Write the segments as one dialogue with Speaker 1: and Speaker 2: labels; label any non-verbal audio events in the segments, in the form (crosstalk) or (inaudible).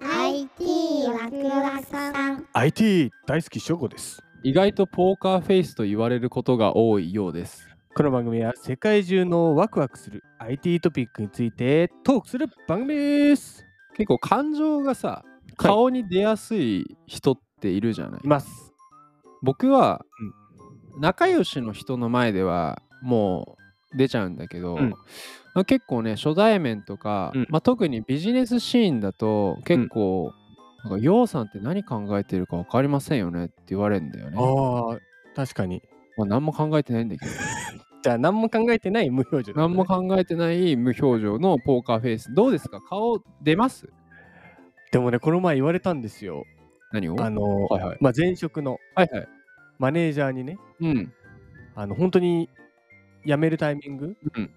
Speaker 1: IT ワクワクさん
Speaker 2: IT 大好き翔吾です
Speaker 3: 意外とポーカーフェイスと言われることが多いようです。
Speaker 2: この番組は世界中のワクワクする IT トピックについてトークする番組です
Speaker 3: 結構感情がさ、顔に出やすい人っているじゃない、
Speaker 2: います
Speaker 3: 僕は、仲良しの人の前ではもう出ちゃうんだけど、
Speaker 2: うん
Speaker 3: まあ結構ね初対面とか、
Speaker 2: うん
Speaker 3: まあ、特にビジネスシーンだと結構「なんかようさんって何考えてるか分かりませんよね」って言われるんだよね。
Speaker 2: ああ確かに
Speaker 3: まあ、何も考えてないんだけど (laughs)
Speaker 2: じゃあ何も考えてない無表情
Speaker 3: 何も考えてない無表情のポーカーフェイスどうですか顔出ます
Speaker 2: でもねこの前言われたんですよ
Speaker 3: 何を
Speaker 2: あのー
Speaker 3: はいはい
Speaker 2: まあ前職の
Speaker 3: はいはい。
Speaker 2: マネージャーにね
Speaker 3: うん。
Speaker 2: あの本当に辞めるタイミング、
Speaker 3: うん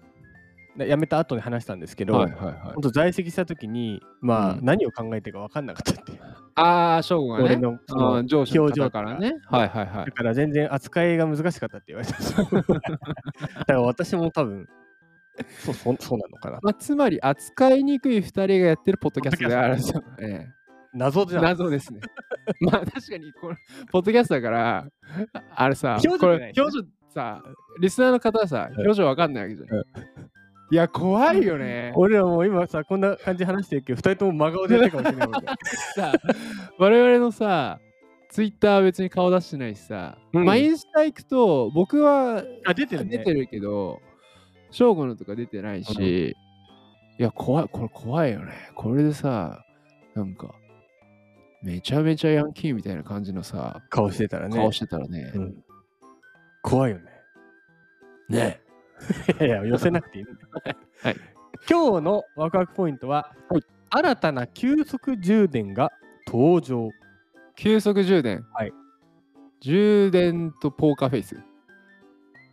Speaker 2: で辞めた後に話したんですけど、
Speaker 3: はいはいはい。
Speaker 2: 本当在籍した時にまあ、
Speaker 3: うん
Speaker 2: 何を考えてるか分かんなかったっていう、
Speaker 3: ああ、ショーゴが
Speaker 2: 俺
Speaker 3: ね。
Speaker 2: のその
Speaker 3: あー上司の
Speaker 2: 表情
Speaker 3: 方
Speaker 2: と
Speaker 3: か
Speaker 2: から
Speaker 3: ね。はいはいはい
Speaker 2: だ。から全然扱いが難しかったって言われたんですよだから私も多分そうそうそうなのかな
Speaker 3: まあ、つまり、扱いにくい2人がやってるポッドキャストである。え
Speaker 2: 謎
Speaker 3: え
Speaker 2: じゃん
Speaker 3: 謎ですね。 (laughs) まあ、確かに、このポッドキャストだから、ああれさ、
Speaker 2: 表情
Speaker 3: こ
Speaker 2: じゃな
Speaker 3: れ
Speaker 2: い、
Speaker 3: 表情さ、リスナーの方はさ、表情わかんないわけじゃん。
Speaker 2: うん
Speaker 3: いや、怖いよね。
Speaker 2: 俺らもう今さこんな感じで話してるけど2人とも真顔でやってるかもしれないもんね
Speaker 3: さ、我々のさ、ツイッター別に顔出してないしさ、
Speaker 2: うん
Speaker 3: まあ、インスタ行くと、僕は
Speaker 2: あ出てるね
Speaker 3: 出てるけど、正午のとか出てないし、
Speaker 2: うん
Speaker 3: いや、怖い、これ怖いよね。これでさ、なんか、めちゃめちゃヤンキーみたいな感じのさ、
Speaker 2: 顔してたらね
Speaker 3: 顔してたらね、
Speaker 2: うん怖いよね
Speaker 3: ね、
Speaker 2: (laughs) いやいや、寄せなくていい (laughs) んだよ
Speaker 3: はい
Speaker 2: 今日のワクワクポイントは、
Speaker 3: はい
Speaker 2: 新たな急速充電が登場。
Speaker 3: 急速充電。
Speaker 2: はい
Speaker 3: 充電とポーカーフェイス。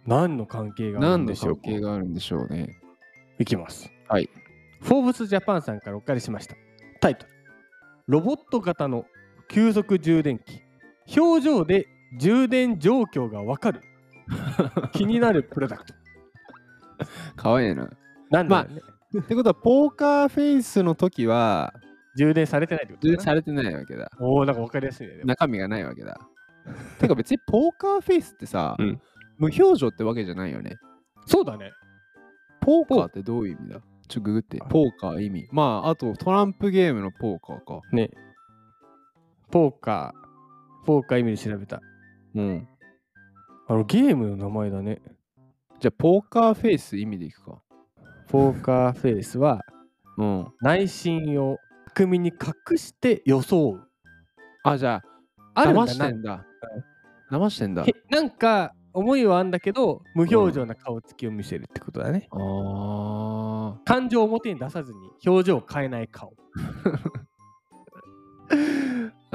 Speaker 2: 何の関係がある
Speaker 3: 何
Speaker 2: ん
Speaker 3: の
Speaker 2: でしょう
Speaker 3: 関
Speaker 2: か
Speaker 3: 係があるんでしょうね。
Speaker 2: いきます。
Speaker 3: はい。
Speaker 2: フォーブスジャパンさんからお借りしました。タイトル。ロボット型の急速充電器。表情で充電状況がわか
Speaker 3: (laughs)
Speaker 2: る。気になるプロダクト。
Speaker 3: かわいいな。
Speaker 2: なんだろうね、
Speaker 3: ってことは、ポーカーフェイスの時は、
Speaker 2: 充電されてないってこと
Speaker 3: 充電
Speaker 2: かな
Speaker 3: されてないわけだ。
Speaker 2: おお、なんかわかりやすいね。でも
Speaker 3: 中身がない
Speaker 2: (laughs)
Speaker 3: わけだ。てか別にポーカーフェイスってさ、
Speaker 2: うん
Speaker 3: 無表情ってわけじゃないよね。
Speaker 2: そうだね。
Speaker 3: ポーカーってどういう意味だちょ、ググって。ポーカー意味。まあ、あとトランプゲームのポーカーか。
Speaker 2: ねポーカー、ポーカー意味で調べた。
Speaker 3: うん。
Speaker 2: あのゲームの名前だね。
Speaker 3: じゃあ、ポーカーフェイス意味でいくか。
Speaker 2: ポーカーフェイスは
Speaker 3: うん。
Speaker 2: 内心を巧みに隠して装う。
Speaker 3: あ、じゃあ、
Speaker 2: あるんだ
Speaker 3: 騙してんだ。騙してんだ。
Speaker 2: へなんか思いはあんだけど無表情な顔つきを見せるってことだね。
Speaker 3: あー。
Speaker 2: 感情を表に出さずに表情を変えない顔。
Speaker 3: (laughs)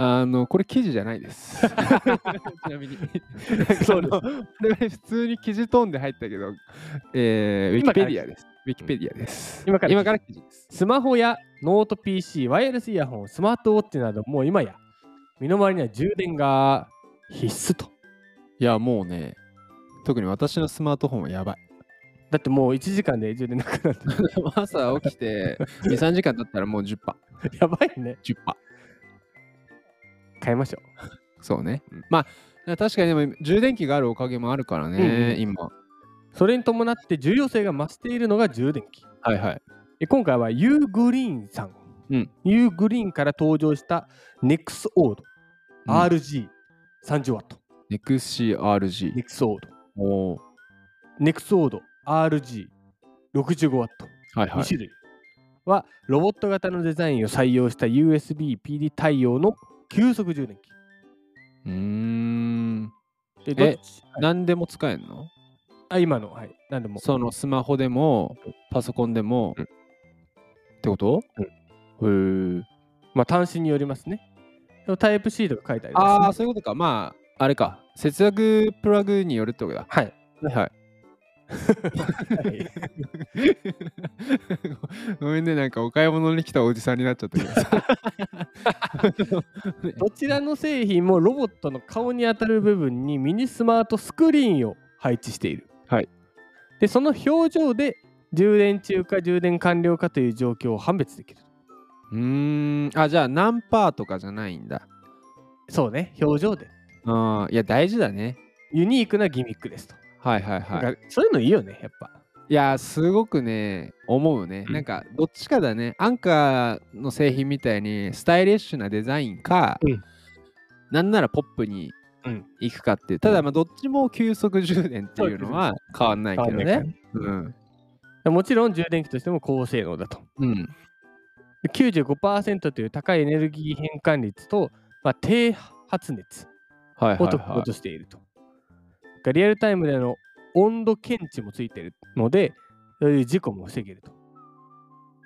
Speaker 3: あの、これ記事じゃないです。 (laughs) ちな (laughs) みに。
Speaker 2: そうです
Speaker 3: あのこれ普通に記事飛んで入ったけど、えー、ウィキ
Speaker 2: 今から
Speaker 3: ペディアです。ウィキペディアです。
Speaker 2: 今から
Speaker 3: 今から記事です。
Speaker 2: スマホやノート PC、ワイヤレスイヤホン、スマートウォッチなどもう今や身の回りには充電が必須と。
Speaker 3: いや、もうね、特に私のスマートフォンはやばい。
Speaker 2: だってもう1時間で充電なくなって (laughs) る
Speaker 3: (laughs) 朝起きて、2、3時
Speaker 2: (laughs)
Speaker 3: 間経ったらもう10%。
Speaker 2: やばいね。
Speaker 3: 10%。
Speaker 2: 変えましょう。
Speaker 3: そうね。
Speaker 2: うん
Speaker 3: まあ、確かにでも充電器があるおかげもあるからね、
Speaker 2: うん
Speaker 3: 今。
Speaker 2: それに伴って重要性が増しているのが充電器。
Speaker 3: はいはい。
Speaker 2: え今回はユーグリーンさん、
Speaker 3: うん
Speaker 2: ユーグリーンから登場した NEXOD、
Speaker 3: うん
Speaker 2: RG30W、
Speaker 3: NextRG。
Speaker 2: NEXOD、
Speaker 3: おー
Speaker 2: NEXOD、RG65W、
Speaker 3: はいは
Speaker 2: 2
Speaker 3: い。
Speaker 2: 種類はロボット型のデザインを採用した USB PD 対応の急速充電器。
Speaker 3: うーん。
Speaker 2: で
Speaker 3: え
Speaker 2: どっち
Speaker 3: 何でも使えんの
Speaker 2: あ今の、はい、何でも。
Speaker 3: そのスマホでも、パソコンでも。
Speaker 2: うん
Speaker 3: ってことへえ。
Speaker 2: まあ、端子によりますね。でもタイプ C とか書いてあります、ね。
Speaker 3: ああ、そういうことか。まあ、あれか。節約プラグによるってことだ。
Speaker 2: はい。
Speaker 3: はいはい。
Speaker 2: (laughs) はい
Speaker 3: (laughs) ごめんね、なんかお買い物に来たおじさんになっちゃったけどさ。
Speaker 2: どちらの製品もロボットの顔に当たる部分にミニスマートスクリーンを配置している。
Speaker 3: はい、
Speaker 2: でその表情で充電中か充電完了かという状況を判別できる。
Speaker 3: うーん。あ、じゃあ何パーとかじゃないんだ。
Speaker 2: そうね表情で
Speaker 3: あーいや、大事だね。
Speaker 2: ユニークなギミックですと、
Speaker 3: はいはいはい。
Speaker 2: なんかそういうのいいよねやっぱ
Speaker 3: いやーすごくね思うね、
Speaker 2: うん
Speaker 3: なんかどっちかだねアンカーの製品みたいにスタイリッシュなデザインか、
Speaker 2: うん
Speaker 3: なんならポップに
Speaker 2: うん
Speaker 3: 行くかっていう、ただまあどっちも急速充電っていうのは変わんないけど
Speaker 2: 変わんない
Speaker 3: ね
Speaker 2: か
Speaker 3: うん
Speaker 2: もちろん充電器としても高性能だと
Speaker 3: うん
Speaker 2: 95%という高いエネルギー変換率と、まあ、低発熱
Speaker 3: はいはい
Speaker 2: を特徴
Speaker 3: は
Speaker 2: としていると。リアルタイムでの温度検知もついているので、そういう事故も防げると。
Speaker 3: い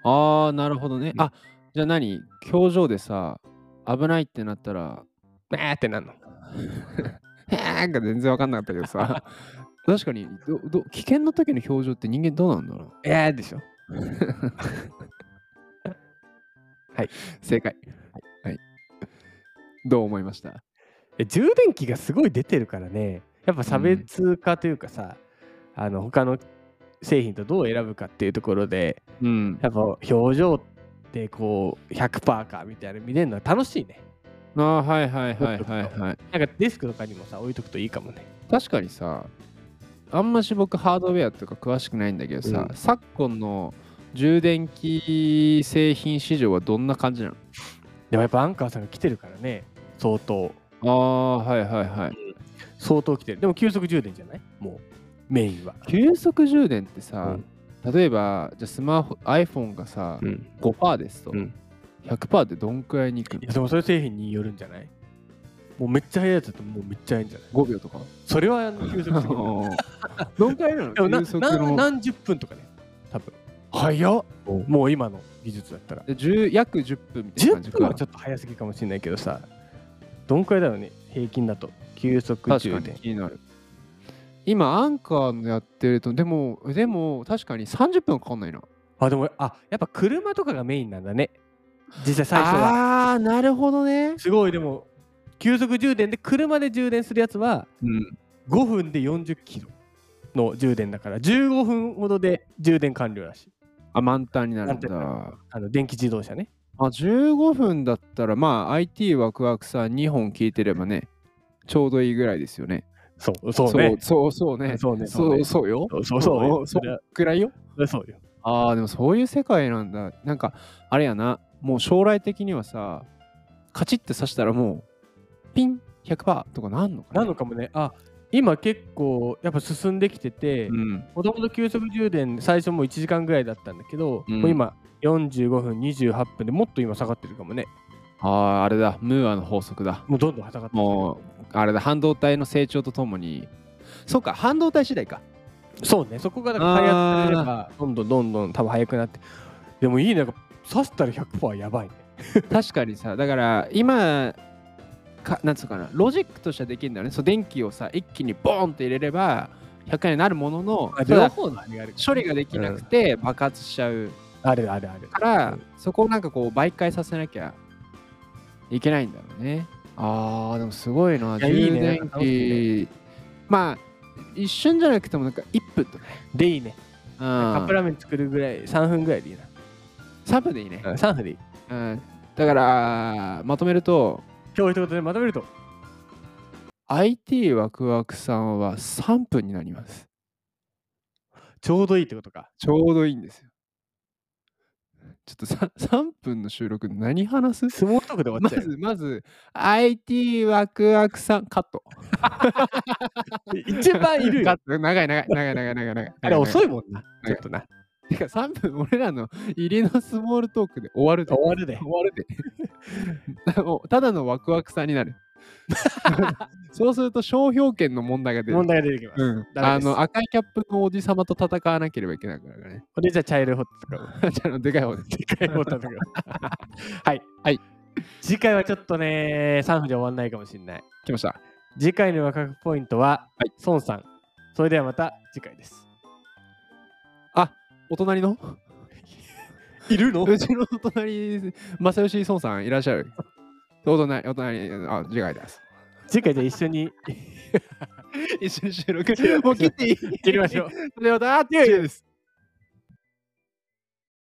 Speaker 3: ああなるほどね、
Speaker 2: うん
Speaker 3: あじゃあ何表情でさ危ないってなったら
Speaker 2: えーってなんの。
Speaker 3: なんか全然わかんなかったけど (laughs) さ確かにどど危険な時の表情って人間どうなんだろう
Speaker 2: えーでしょ。
Speaker 3: 正解。はい。どう思いました
Speaker 2: え充電器がすごい出てるからね、やっぱ差別化というかさ、あの他の製品とどう選ぶかっていうところで、
Speaker 3: うん。
Speaker 2: やっぱ表情ってこう100%かみたいなの見れるのは楽しいね。
Speaker 3: ああ、はいはいはいはいはい。
Speaker 2: なんかデスクとかにもさ、置いとくといいかもね。
Speaker 3: 確かにさ、あんまし僕ハードウェアとか詳しくないんだけどさ、
Speaker 2: うん
Speaker 3: 昨今の充電器製品市場はどんな感じな
Speaker 2: でもやっぱアンカーさんが来てるからね、相当。
Speaker 3: のああー、はいはいはい。
Speaker 2: 相当来てる。でも急速充電じゃないもう、メインは。
Speaker 3: 急速充電ってさ、
Speaker 2: うん
Speaker 3: 例えば、じゃあスマホ、iPhone がさ、
Speaker 2: うん。
Speaker 3: 5%ですと、
Speaker 2: うん
Speaker 3: 100%ってどんくらいにいく
Speaker 2: い
Speaker 3: の
Speaker 2: や、でもそれ製品によるんじゃないもうめっちゃ早いやつだともうめっちゃ早いんじゃない
Speaker 3: ?5 秒とか
Speaker 2: それは急速充電。
Speaker 3: (laughs) どんくらいなの
Speaker 2: でもな
Speaker 3: 急速
Speaker 2: な
Speaker 3: の
Speaker 2: 何十分とかね、多分。
Speaker 3: 早っ
Speaker 2: もう今の技術だったら。
Speaker 3: で10約10分みたいな感じ
Speaker 2: 10
Speaker 3: か。
Speaker 2: 分はちょっと早すぎかもしれないけどさ、どんくらいだろうね、平均だと。急速
Speaker 3: 確
Speaker 2: 充
Speaker 3: かに
Speaker 2: 電。
Speaker 3: 気になる。今、アンカーのやってると、でも、でも、確かに30分かかんないな。
Speaker 2: あ、でも、あ、やっぱ車とかがメインなんだね。実際最初は。
Speaker 3: ああー、なるほどね。
Speaker 2: すごい、でも、急速充電で車で充電するやつは、
Speaker 3: うん。
Speaker 2: 5分で40キロの充電だから15分ほどで充電完了らしい
Speaker 3: あ、満タンになるん
Speaker 2: 満タンにな
Speaker 3: だ。
Speaker 2: あの電気自動車ね
Speaker 3: あ、15分だったら、まあ、IT ワクワクさん2本聞いてればね、ちょうどいいぐらいですよね。
Speaker 2: そうそうね
Speaker 3: そう、そうそうね。
Speaker 2: そうね
Speaker 3: そ
Speaker 2: そう
Speaker 3: う、
Speaker 2: ね
Speaker 3: そうよ。
Speaker 2: そうそうそう
Speaker 3: そ
Speaker 2: ね
Speaker 3: うくらいよ。
Speaker 2: そそうよ
Speaker 3: ああ、でもそういう世界なんだ。なんか、あれやな、もう将来的にはさ、カチッて刺したらもう、ピン100%とかなんのか
Speaker 2: なのかもねあ今結構やっぱ進んできてて
Speaker 3: うん。
Speaker 2: もともと急速充電最初もう1時間ぐらいだったんだけど、
Speaker 3: うん
Speaker 2: もう今45分28分でもっと今下がってるかもね
Speaker 3: ああ、あれだ、ムーアの法則だ。
Speaker 2: もうどんどん下がってる
Speaker 3: もう、あれだ、半導体の成長とともに、そうか、半導体次第か。
Speaker 2: そうねそこがだから開発されればどんどんどんどん多分速くなってでもいいねなんか刺したら100%やばいね
Speaker 3: 確かにさ、だから今、かなんつうかな、ロジックとしてはできるんだよね。そう電気をさ、一気にボーンって入れれば、100円になるものの、ただ
Speaker 2: 方のあれがある
Speaker 3: 処理ができなくて爆発しちゃう。
Speaker 2: あるあるある
Speaker 3: から、
Speaker 2: うん
Speaker 3: そこをなんかこう媒介させなきゃいけないんだろうね。あーでもすごいな、
Speaker 2: いやいい
Speaker 3: 充
Speaker 2: ね
Speaker 3: 電器。
Speaker 2: 楽し
Speaker 3: まあ、一瞬じゃなくてもなんか1分とか。
Speaker 2: でいいね
Speaker 3: う
Speaker 2: カップ
Speaker 3: ん、
Speaker 2: ラーメン作るぐらい3分ぐらいでいいな。
Speaker 3: 3分でいいね。
Speaker 2: 3分でいい。
Speaker 3: うん、だから、まとめると、
Speaker 2: 今日一言でまとめると。
Speaker 3: IT ワクワクさんは3分になります。
Speaker 2: ちょうどいいってことか。
Speaker 3: ちょうどいいんですよ。ちょっとさ3分の (laughs) 収録何話す
Speaker 2: 相撲トークで終わ
Speaker 3: ま
Speaker 2: っちゃうよ。
Speaker 3: ず、まず、IT ワクワクさんカット。
Speaker 2: 一番いる
Speaker 3: カッ
Speaker 2: よ。
Speaker 3: ト長い長い長い長い長い長い。
Speaker 2: あれ遅
Speaker 3: い。
Speaker 2: いもんな。ちょっとな。
Speaker 3: てか3分俺らの入りのスモールトークで終わるで
Speaker 2: 終わるで
Speaker 3: 終。わる (laughs) で。もうただのワクワクさんにな (laughs) る。そうすると商標権の問題が出る。
Speaker 2: 問題が出てきます。
Speaker 3: うん、
Speaker 2: ダメ
Speaker 3: あ
Speaker 2: です
Speaker 3: の赤いキャップのおじさまと戦わなければいけないからね。
Speaker 2: これじゃあ茶色いホットとか。
Speaker 3: (laughs) じゃああのでかい方で。
Speaker 2: でかいホットとか。はい。
Speaker 3: はい。
Speaker 2: 次回はちょっとね、3分じゃ終わんないかもしれない。
Speaker 3: 来ました。
Speaker 2: 次回のワクワクポイントは、
Speaker 3: はい
Speaker 2: 孫さん。それではまた次回です。
Speaker 3: お隣 (laughs) の
Speaker 2: いるの
Speaker 3: うちのお隣、正義孫さんいらっしゃる。お隣、お隣、あ、次回です。
Speaker 2: 次回じゃあ一緒に
Speaker 3: (laughs) 一緒に収録。もう切っていい
Speaker 2: 切りましょう。
Speaker 3: ではだーっていうです。